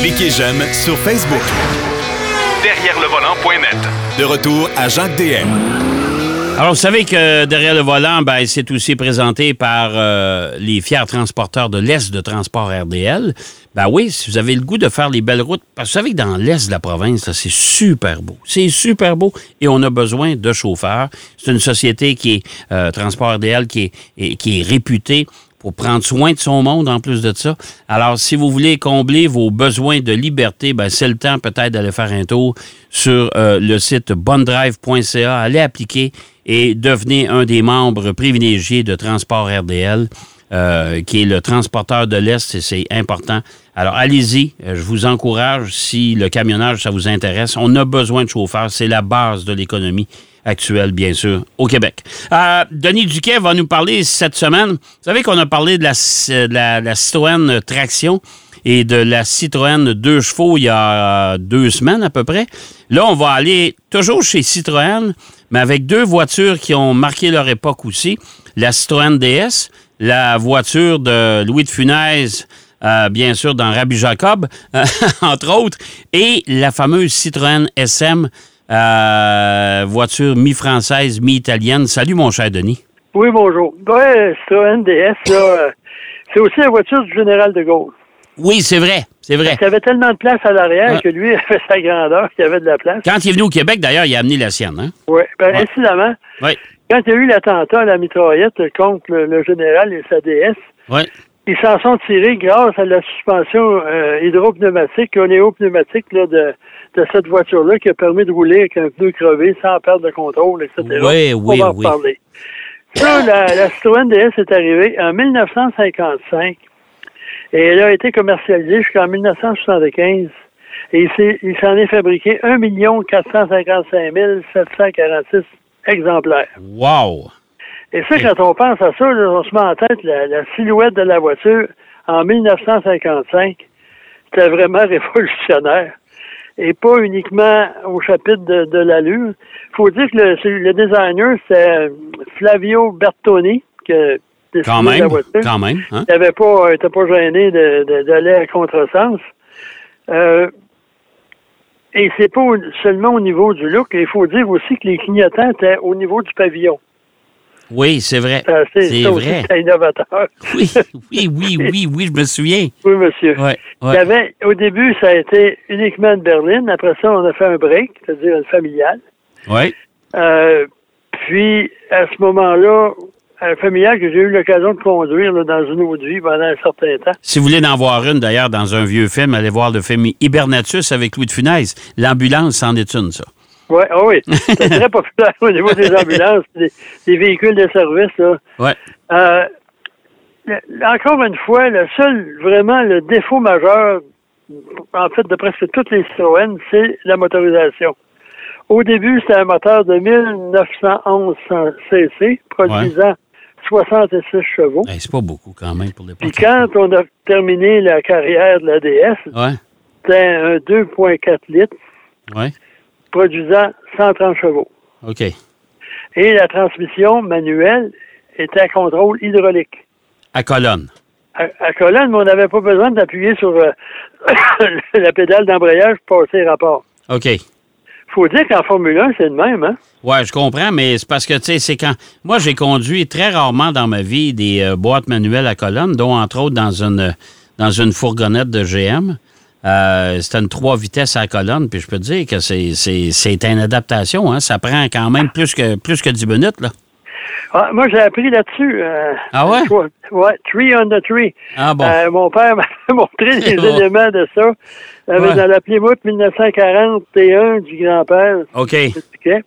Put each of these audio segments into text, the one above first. Cliquez j'aime sur Facebook. Derrière le volant.net. De retour à Jacques DM. Alors, vous savez que derrière le volant, ben, c'est aussi présenté par euh, les fiers transporteurs de l'Est de Transport RDL. Ben oui, si vous avez le goût de faire les belles routes, parce que vous savez que dans l'Est de la province, là, c'est super beau. C'est super beau et on a besoin de chauffeurs. C'est une société qui est, euh, Transport RDL, qui est, et- qui est réputée pour prendre soin de son monde en plus de ça. Alors, si vous voulez combler vos besoins de liberté, ben, c'est le temps peut-être d'aller faire un tour sur euh, le site bondrive.ca. Allez appliquer et devenez un des membres privilégiés de Transport RDL, euh, qui est le transporteur de l'Est, et c'est important. Alors, allez-y, Euh, je vous encourage, si le camionnage, ça vous intéresse, on a besoin de chauffeurs, c'est la base de l'économie actuelle, bien sûr, au Québec. Euh, Denis Duquet va nous parler cette semaine. Vous savez qu'on a parlé de la, ci- euh, de la- la Citroën Traction et de la Citroën deux chevaux il y a euh, deux semaines à peu près. Là, on va aller toujours chez Citroën, mais avec deux voitures qui ont marqué leur époque aussi. La Citroën DS, la voiture de Louis de Funès, euh, bien sûr, dans Rabbi Jacob, entre autres, et la fameuse Citroën SM, euh, voiture mi-française, mi-italienne. Salut, mon cher Denis. Oui, bonjour. Ouais, c'est un NDS, là. euh, C'est aussi la voiture du général de Gaulle. Oui, c'est vrai, c'est vrai. Il avait tellement de place à l'arrière Ouais. que lui, il avait sa grandeur, qu'il avait de la place. Quand il est venu au Québec, d'ailleurs, il a amené la sienne. Hein? Oui. Ben, Ouais. incidemment, Oui, quand il y a eu l'attentat à la mitraillette contre le, le général et sa DS, oui. ils s'en sont tirés grâce à la suspension euh, hydropneumatique, oléopneumatique là, de, de cette voiture-là qui a permis de rouler avec un pneu crevé sans perdre de contrôle, etc. Oui, oui, On va en oui. parler. Ça, la, la Citroën DS est arrivée en 1955 et elle a été commercialisée jusqu'en 1975. Et il s'est- il s'en est fabriqué 1 455 746 exemplaires. Wow! Et ça, quand on pense à ça, là, on se met en tête la, la silhouette de la voiture en 1955. C'était vraiment révolutionnaire. Et pas uniquement au chapitre de, de l'allure. faut dire que le, c'est- le designer, c'est euh, Flavio Bertoni, qui a dessiné Quand la même, voiture. quand même. Hein? Il n'avait pas, il était pas gêné de- de- d'aller à contresens. Euh, et c'est pas au- seulement au niveau du look, il faut dire aussi que les clignotants étaient au niveau du pavillon. Oui, c'est vrai. Euh, C'est ça aussi, vrai. C'est innovateur. Oui, oui, oui, oui, oui, je me souviens. Oui, monsieur. Ouais, Il y ouais. avait, au début, ça a été uniquement une berline. Après ça, on a fait un break, c'est-à-dire une familiale. Ouais. Euh, puis, à ce moment-là, un familial que j'ai eu l'occasion de conduire là, dans une autre vie pendant un certain temps. Si vous voulez en voir une, d'ailleurs, dans un vieux film, allez voir le film Hibernatus avec Louis de Funès. L'ambulance, en est une, ça. Ouais, ah oui, c'est très populaire au niveau des ambulances, des, des véhicules de service. Là. Ouais. Euh, le- encore une fois, le seul, vraiment, le défaut majeur, en fait, de presque toutes les Citroën, c'est la motorisation. Au début, c'était un moteur de 1911 cc, produisant 66 chevaux. Hey, c'est pas beaucoup, quand même, pour l'époque. Puis quand on a terminé la carrière de la DS, Ouais, c'était un 2.4 litres, ouais. produisant 130 chevaux. OK. Et la transmission manuelle était à contrôle hydraulique. À colonne. à, à colonne, mais on n'avait pas besoin d'appuyer sur euh, la pédale d'embrayage pour passer rapport. OK. faut dire qu'en Formule 1, c'est le même, hein? Ouais, je comprends, mais c'est parce que, tu sais, c'est quand. Moi, j'ai conduit très rarement dans ma vie des euh, boîtes manuelles à colonne, dont, entre autres, dans une, dans une fourgonnette de GM. Euh, c'était une trois vitesses à colonne, puis je peux te dire que c'est, c'est, c'est une adaptation. Hein? Ça prend quand même plus que, plus que 10 minutes, là. Ah, moi, j'ai appris là-dessus. euh, Ah ouais? toi. Ouais, Tree on the Tree. Ah bon. Euh, mon père m'a montré C'est les bon. éléments de ça. Euh, Ouais. Dans la Plymouth 1941 du grand-père. OK. Duquet.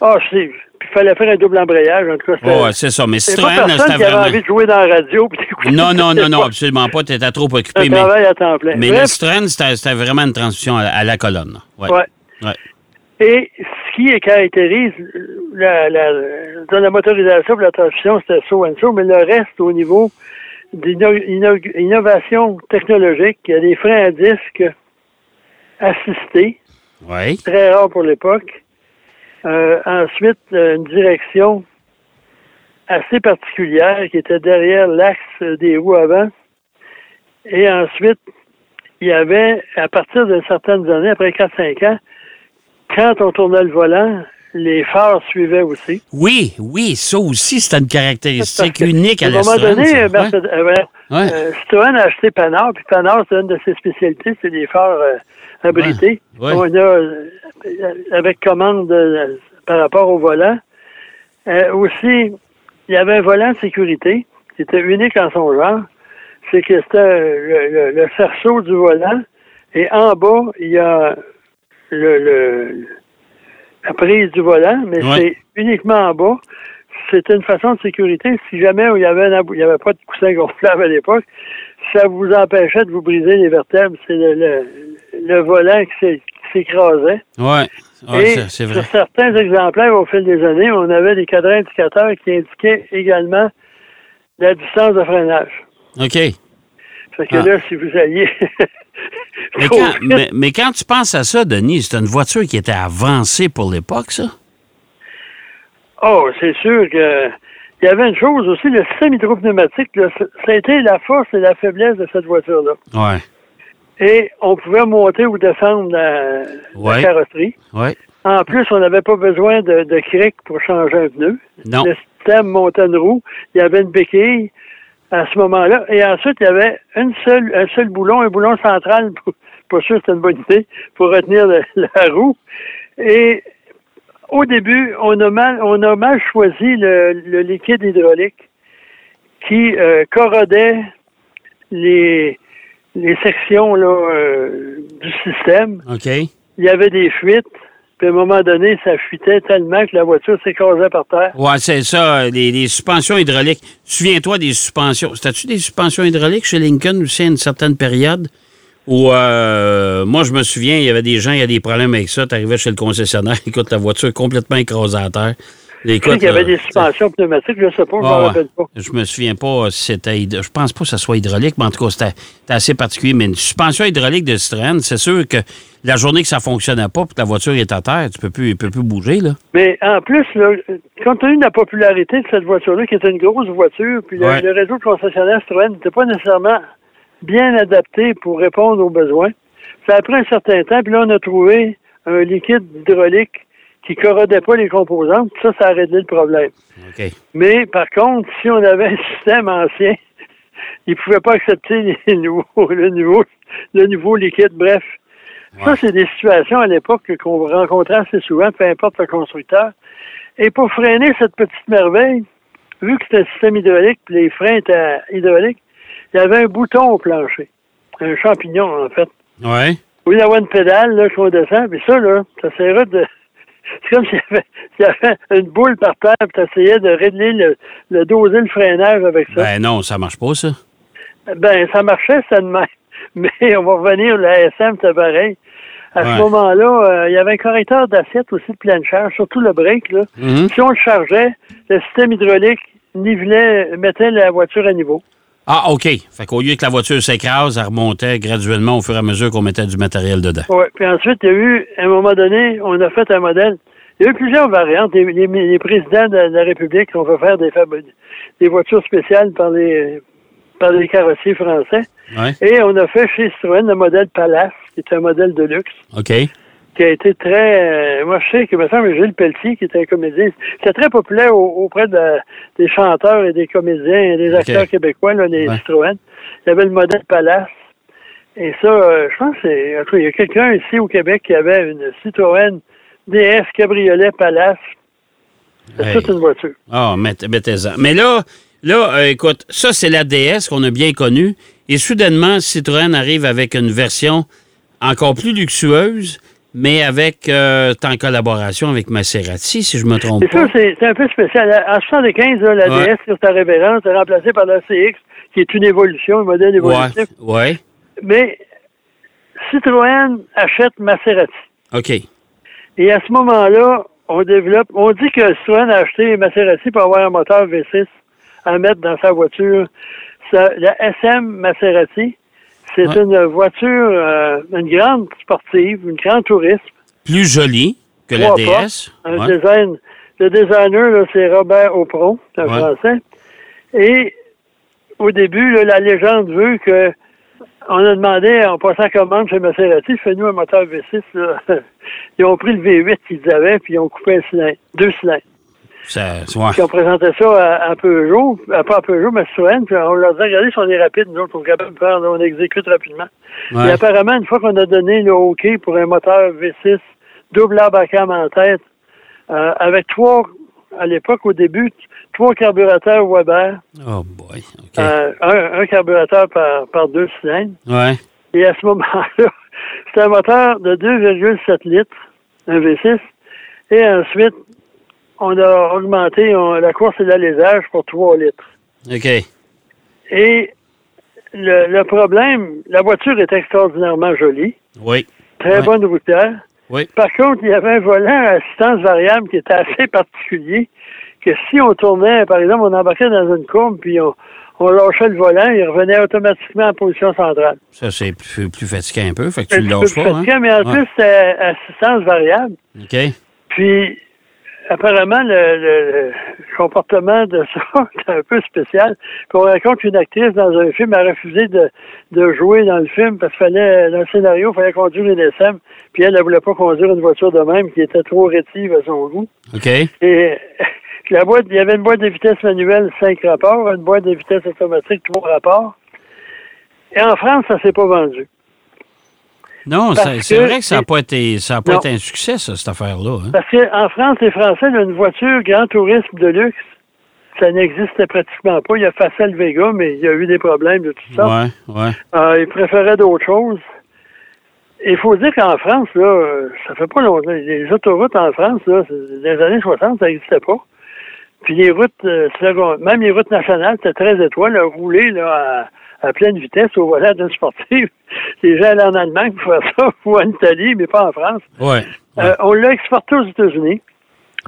Ah, c'est... Il fallait faire un double embrayage, en tout cas. c'était- Oh, Ouais, ouais, c'est ça. Mais c'est pas Citroën, personne c'était qui avait vraiment. envie de jouer dans la radio. puis d'écouter- Non, non, non, non, absolument pas. Tu étais trop Un occupé. Mais, travail à temps plein. mais Bref, la Citroën, c'était c'était vraiment une transmission à, à la colonne. Oui. ouais. Ouais. Et ce qui caractérise euh, la, la, dans la motorisation et la transmission, c'était so and so, mais le reste au niveau d'innovation technologique, il y a des freins à disque assistés, Ouais. très rare pour l'époque. Euh, ensuite, euh, une direction assez particulière qui était derrière l'axe des roues avant. Et ensuite, il y avait, à partir de certaines années, après 4-5 ans, quand on tournait le volant, les phares suivaient aussi. Oui, oui, ça aussi, c'était une Parce caractéristique que, unique à un moment l'assurance. donné, ça. Ouais. Mercedes- euh, ouais, Ouais. euh, Citroën a acheté Panard, puis Panard, c'est une de ses spécialités, c'est les phares euh, abrités. Ouais, ouais. On a, euh, avec commande de- par rapport au volant. Euh, aussi, il y avait un volant de sécurité qui était unique en son genre. C'est que c'était euh, le, le- le cerceau du volant, et en bas, il y a le, le- la prise du volant, mais Ouais. c'est uniquement en bas. C'était une façon de sécurité. Si jamais il y avait, un abou- il y avait pas de coussin gonflable à l'époque, ça vous empêchait de vous briser les vertèbres. C'est le, le, le volant qui s'é- qui s'écrasait. Ouais, ouais, Et c'est- c'est vrai. sur certains exemplaires, au fil des années, on avait des cadres indicateurs qui indiquaient également la distance de freinage. OK. Fait que Ah. là, si vous alliez... Mais trop quand, vite, mais- mais quand tu penses à ça, Denis, c'est une voiture qui était avancée pour l'époque, ça? Oh, c'est sûr que il y avait une chose aussi, le système hydropneumatique, là, ça ça a été la force et la faiblesse de cette voiture-là. Ouais, Et on pouvait monter ou descendre la, la Ouais. carrosserie. ouais. En plus, on n'avait pas besoin de, de cric pour changer un pneu. Non. Le système montait une roue, il y avait une béquille à ce moment-là. Et ensuite, il y avait une seule, un seul boulon, un boulon central, pour- pas sûr que c'était une bonne idée, pour retenir le- la roue. Et au début, on a mal, on a mal choisi le, le liquide hydraulique qui euh, corrodait les, les sections là, euh, du système OK. il y avait des fuites. Puis à un moment donné, ça fuitait tellement que la voiture s'écrasait par terre. Ouais, c'est ça, les, les suspensions hydrauliques. Souviens-toi des suspensions. C'était-tu des suspensions hydrauliques chez Lincoln aussi à une certaine période? Où, euh, moi, je me souviens, il y avait des gens, il y a des problèmes avec ça. T'arrivais chez le concessionnaire, écoute, la voiture est complètement écrasée à terre. Tu sais Écoute, qu'il y avait là, des suspensions pneumatiques, je sais pas, Ouais, je m'en ouais. rappelle pas. Je me souviens pas si c'était. hyd- Je pense pas que ça soit hydraulique, mais en tout cas, c'était c'était assez particulier. Mais une suspension hydraulique de Citroën, c'est sûr que la journée que ça fonctionnait pas, puis que la voiture est à terre, tu peux plus, elle peut plus bouger, là. Mais en plus, là, compte tenu de la popularité de cette voiture-là, qui était une grosse voiture, puis le- Ouais. le, réseau de concessionnaires Citroën n'était pas nécessairement bien adapté pour répondre aux besoins. Ça a pris un certain temps, puis là, on a trouvé un liquide hydraulique qui corrodait pas les composantes, puis ça, ça a réglé le problème. OK. Mais par contre, si on avait un système ancien, ils ne pouvaient pas accepter les nouveaux, le, nouveau, le nouveau liquide. Bref, ça, c'est des situations à l'époque que- qu'on rencontrait assez souvent, peu importe le constructeur. Et pour freiner cette petite merveille, vu que c'était un système hydraulique, puis les freins étaient hydrauliques, il y avait un bouton au plancher, un champignon en fait. Ouais. Oui, il y avait une pédale là, qu'on descend, puis ça, là, t'essaieras de. C'est comme s'il y, avait, s'il y avait une boule par terre, puis t'essayais de régler le, le doser le freinage avec ça. Ben non, ça marche pas, ça. Ben, ça marchait, ça de même. Mais on va revenir, la SM, c'est pareil. À Ouais. ce moment-là, euh, il y avait un correcteur d'assiette aussi de pleine charge, surtout le break. Là. Mhm. Si on le chargeait, le système hydraulique nivelait, mettait la voiture à niveau. Ah, OK. Fait qu'au lieu que la voiture s'écrase, elle remontait graduellement au fur et à mesure qu'on mettait du matériel dedans. Oui, puis ensuite, il y a eu, à un moment donné, on a fait un modèle. Il y a eu plusieurs variantes. Les, les- les présidents de la République ont fait faire des, fab- des voitures spéciales par les, par les carrossiers français. Ouais. Et on a fait chez Citroën le modèle Palace, qui est un modèle de luxe, OK. qui a été très... euh, moi, je sais que, me semble, Gilles Pelletier, qui était un comédien, c'était très populaire au- auprès de la- des chanteurs et des comédiens et des Ok. acteurs québécois, là, les Ouais. Citroën. Il y avait le modèle Palace. Et ça, euh, je pense que c'est. en tout cas, il y a quelqu'un ici au Québec qui avait une Citroën DS Cabriolet Palace. C'est Hey. toute une voiture. Ah, mette- mettez-en. Mais là, là, euh, écoute, ça, c'est la DS qu'on a bien connue. Et soudainement, Citroën arrive avec une version encore plus luxueuse, mais avec, euh, t'es en collaboration avec Maserati, si je me trompe Et ça, pas. c'est c'est un peu spécial. En 1975, là, la Ouais. DS sur sa révérence est remplacée par la CX, qui est une évolution, un modèle évolutif. Ouais, ouais. Mais Citroën achète Maserati. OK. Et à ce moment-là, on développe. On dit que Citroën a acheté Maserati pour avoir un moteur V6 à mettre dans sa voiture. Ça- la SM Maserati, c'est Ouais. une voiture, euh, une grande sportive, une grande touriste. Plus jolie que la trois DS. portes, un Ouais. design. Le designer, là, c'est Robert Aupron, c'est un Ouais. Français. Et au début, là, la légende veut que on a demandé, en passant commande chez Maserati, fais-nous un moteur V6. là. Ils ont pris le V8 qu'ils avaient, puis ils ont coupé un cylindre, deux cylindres. Ça, ouais. Puis on présentait ça à, à Peugeot, à- pas à Peugeot, mais à Citroën, puis on leur disait, regardez si on est rapide, nous autres, on est capable de faire, là, on exécute rapidement. Ouais. Et apparemment, une fois qu'on a donné le OK pour un moteur V6, double arbre à cam en tête, euh, avec trois, à l'époque, au début, t- trois carburateurs Weber, Oh boy. OK. euh, un, un carburateur par, par deux cylindres, ouais. et à ce moment-là, c'était un moteur de 2,7 litres, un V6. Et ensuite, on a augmenté on- la course et l'alésage pour 3 litres. OK. Et le, le problème, la voiture est extraordinairement jolie, Oui. très Ouais. bonne routière. Oui. Par contre, il y avait un volant à assistance variable qui était assez particulier, que si on tournait, par exemple, on embarquait dans une courbe, puis on, on lâchait le volant, il revenait automatiquement en position centrale. Ça, c'est plus, plus fatigué un peu. Fait que Un tu petit le peu lâches plus pas. Hein? fatiguant, mais en Ouais. plus, c'est assistance variable. OK. Puis, apparemment, le, le- le comportement de ça est un peu spécial. Puis on raconte qu'une actrice dans un film a refusé de, de jouer dans le film parce qu'il fallait, dans le scénario, il fallait conduire une SM. Puis elle ne voulait pas conduire une voiture de même qui était trop rétive à son goût. OK. Et la boîte, il y avait une boîte de vitesse manuelle, cinq rapports, une boîte de vitesse automatique, trois rapports. Et en France, ça s'est pas vendu. Non, Parce ça- c'est que vrai que ça n'a c'est- pas, été, ça a pas Non. été un succès, ça, cette affaire-là. hein. Parce qu'en France, les Français, là, une voiture grand tourisme de luxe, ça n'existe pratiquement pas. Il y a Facel Vega, mais il y a eu des problèmes de tout ça. Euh, Ouais, ouais. ils préféraient d'autres choses. Il faut dire qu'en France, là, euh, ça fait pas longtemps. Les autoroutes en France, là, c'est- dans les années 60, ça n'existait pas. Puis les routes euh, secondaires, même les routes nationales, c'était très étoile, là, rouler là, à, à pleine vitesse au volant d'une sportive. Les gens allaient en Allemagne pour faire ça, ou en Italie, mais pas en France. Ouais. Ouais. Euh, on l'a exporté aux États-Unis.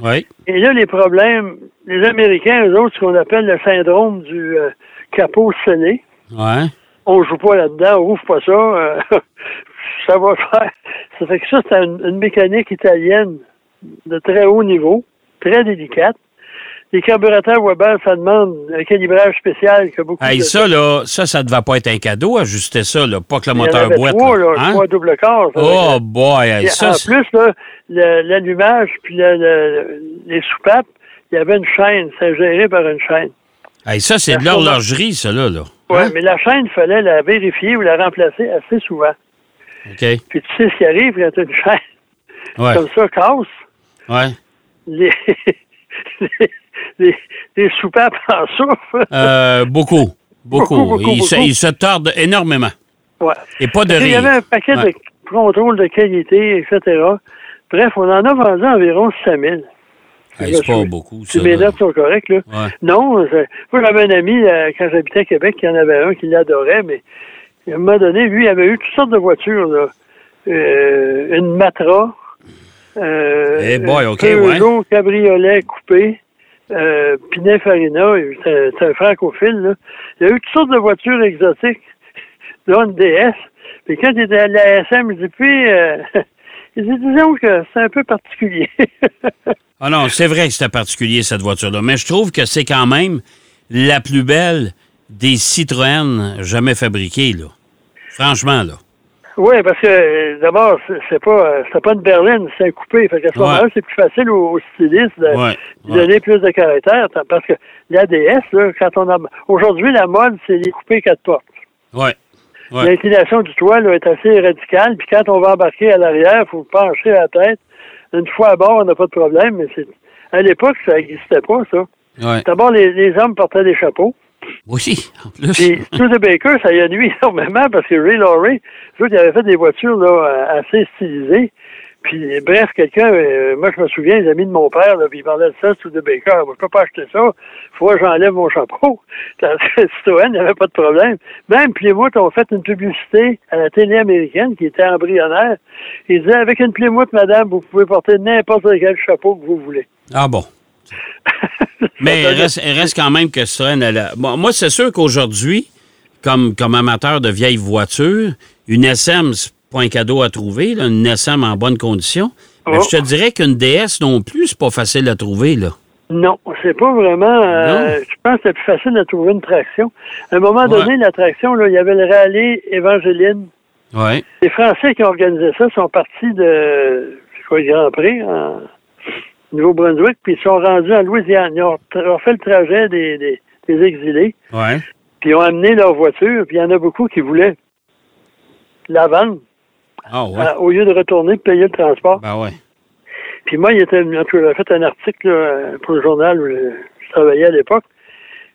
ouais. Et là, les problèmes, les Américains, eux autres, ce qu'on appelle le syndrome du euh, capot scellé, Ouais. on joue pas là-dedans, on ouvre pas ça, euh, ça va faire. Ça fait que ça, c'est une, une mécanique italienne de très haut niveau, très délicate. Les carburateurs Weber, ça demande un calibrage spécial que beaucoup Hey, de ça, là, ça, ça devait pas être un cadeau, ajuster ça, là. Pas que le Il y en moteur avait boîte. trois, là. là, Hein? trois double corps. ça Oh fait que- boy, hey, Et ça, en c'est- plus, là, le- l'allumage puis le- le- les soupapes, il y avait une chaîne, c'est géré par une chaîne. hey, ça, c'est de la forme- l'horlogerie, ça, là. là. Oui, Hein? mais la chaîne, il fallait la vérifier ou la remplacer assez souvent. OK. Puis tu sais ce qui arrive quand une chaîne Ouais. comme ça casse, Ouais. les, les, les, les soupapes en souffrent. Euh, beaucoup. Beaucoup. Beaucoup, beaucoup, ils, se, beaucoup. ils se tordent énormément. Ouais. Et pas de Il y rire. avait un paquet Ouais. de contrôles de qualité, etc. Bref, on en a vendu environ 5 000. Hey, c'est pas beaucoup, ça. Si mes là. notes sont correctes, là. Ouais. Non, je- moi j'avais un ami euh, quand j'habitais à Québec, il y en avait un qui l'adorait, mais à un moment donné, lui, il avait eu toutes sortes de voitures, là. Euh, une Matra, euh, Eh boy, ok, un ouais. Peugeot cabriolet coupé, euh, Pininfarina, il- c'est un- c'est un francophile, là. Il a eu toutes sortes de voitures exotiques, dont une DS. Puis quand il était à la SM, il dit, puis, euh, il dit, disons que c'est un peu particulier. Ah non, c'est vrai que c'était particulier, cette voiture-là. Mais je trouve que c'est quand même la plus belle des Citroën jamais fabriquées, là. Franchement, là. Oui, parce que euh, d'abord, c'est- c'est pas euh, c'était pas une berline, c'est un coupé. Fait qu'à ce Ouais. moment-là, c'est plus facile aux, aux stylistes de Ouais, de ouais. donner plus de caractère. tant- Parce que la DS, là, quand on a aujourd'hui la mode, c'est les coupés quatre portes. Ouais. Ouais. L'inclination du toit là, est assez radicale, puis quand on va embarquer à l'arrière, il faut pencher la tête. Une fois à bord, on n'a pas de problème, mais c'est à l'époque, ça n'existait pas, ça. Ouais. D'abord, les, les hommes portaient des chapeaux. Aussi, en plus. Puis, tout de Baker, ça y a nuit énormément parce que Ray Laurie, eux autres, ils avaient fait des voitures là, assez stylisées. Puis, bref, quelqu'un, euh, moi, je me souviens, les amis de mon père, là, puis ils parlaient de ça, tout de Baker. Moi, je peux pas acheter ça. Faut que j'enlève mon chapeau. Dans le Citroën, il n'y avait pas de problème. Même Plymouth ont fait une publicité à la télé américaine qui était embryonnaire. Ils disaient, avec une Plymouth, madame, vous pouvez porter n'importe quel chapeau que vous voulez. Ah bon. Mais Ça il reste, il reste quand même que Citroën... elle a- Bon, moi, c'est sûr qu'aujourd'hui, comme, comme amateur de vieilles voitures, une SM, c'est pas un cadeau à trouver, là, une SM en bonne condition. Mais Oh. je te dirais qu'une DS non plus, c'est pas facile à trouver, là. Non, c'est pas vraiment. euh, je pense que c'était plus facile de trouver une traction. À un moment Ouais. donné, la traction, là, il y avait le rallye Évangeline. Oui. Les Français qui ont organisé ça sont partis de, je crois, le Grand Prix, en Nouveau-Brunswick, puis ils sont rendus en Louisiane. Ils ont, tra- ont fait le trajet des, des- des exilés, Oui. puis ils ont amené leur voiture, puis il y en a beaucoup qui voulaient la vendre Ah, ouais. euh, au lieu de retourner et payer le transport. Ben, ouais. Puis moi, il était, en tout cas, j'avais fait un article là, pour le journal où je, je travaillais à l'époque.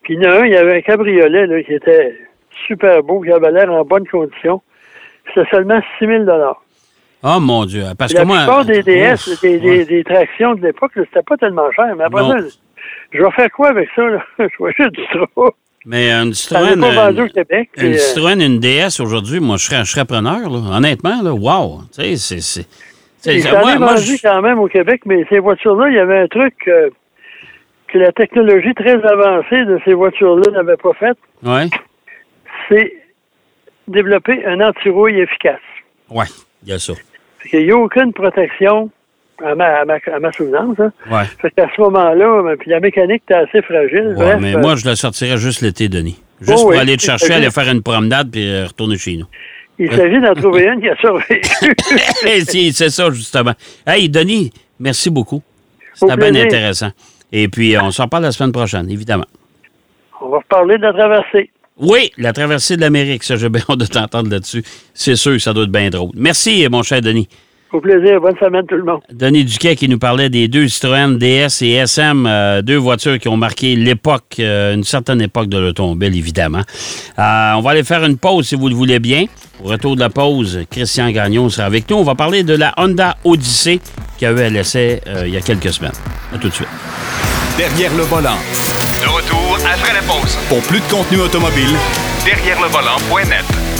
Puis il y en a un, il y avait un cabriolet là, qui était super beau, qui avait l'air en bonne condition. C'était seulement 6 000 Ah, mon Dieu. Parce La que moi. plupart des DS, Ouf, des, des- ouais. des tractions de l'époque, là, c'était pas tellement cher. Mais après Non. ça, je vais faire quoi avec ça? Là? Je vais juste du trop. Mais une Ça n'est Citroën. pas vendu au une- Québec. puis, Une euh, Citroën, une DS aujourd'hui, moi, je serais, je serais preneur, là. Honnêtement, là. Wow. Tu sais, c'est- c'est. Ils c'est- s'en moi- est moi, vendu je- quand même au Québec, mais ces voitures-là, il y avait un truc euh, que la technologie très avancée de ces voitures-là n'avait pas fait, Ouais. c'est développer un anti-rouille efficace. Ouais. Il y a ça. Fait qu'il n'y a aucune protection, à ma, à ma, à ma souvenance. Hein. Ouais. Fait qu'à ce moment-là, ben, puis la mécanique était assez fragile. Ouais, bref, mais euh, moi, je la sortirais juste l'été, Denis. Juste Oh, pour oui, aller te c'est chercher, ça. aller faire une promenade, puis euh, retourner chez nous. il s'agit d'en trouver une qui a survécu. Eh, si, c'est ça, justement. Hey, Denis, merci beaucoup. C'était bien plaisir. intéressant. Et puis, on s'en parle la semaine prochaine, évidemment. On va reparler de la traversée. Oui, la traversée de l'Amérique, ça, j'ai bien hâte de t'entendre là-dessus. C'est sûr que ça doit être bien drôle. Merci, mon cher Denis. Au plaisir. Bonne semaine, tout le monde. Denis Duquet qui nous parlait des deux Citroën DS et SM, euh, deux voitures qui ont marqué l'époque, euh, une certaine époque de l'automobile, évidemment. Euh, on va aller faire une pause si vous le voulez bien. Au retour de la pause, Christian Gagnon sera avec nous. On va parler de la Honda Odyssey qui a eu à l'essai euh, il y a quelques semaines. À tout de suite. Derrière le volant. De retour après la pause. Pour plus de contenu automobile, Derrière le volant.net.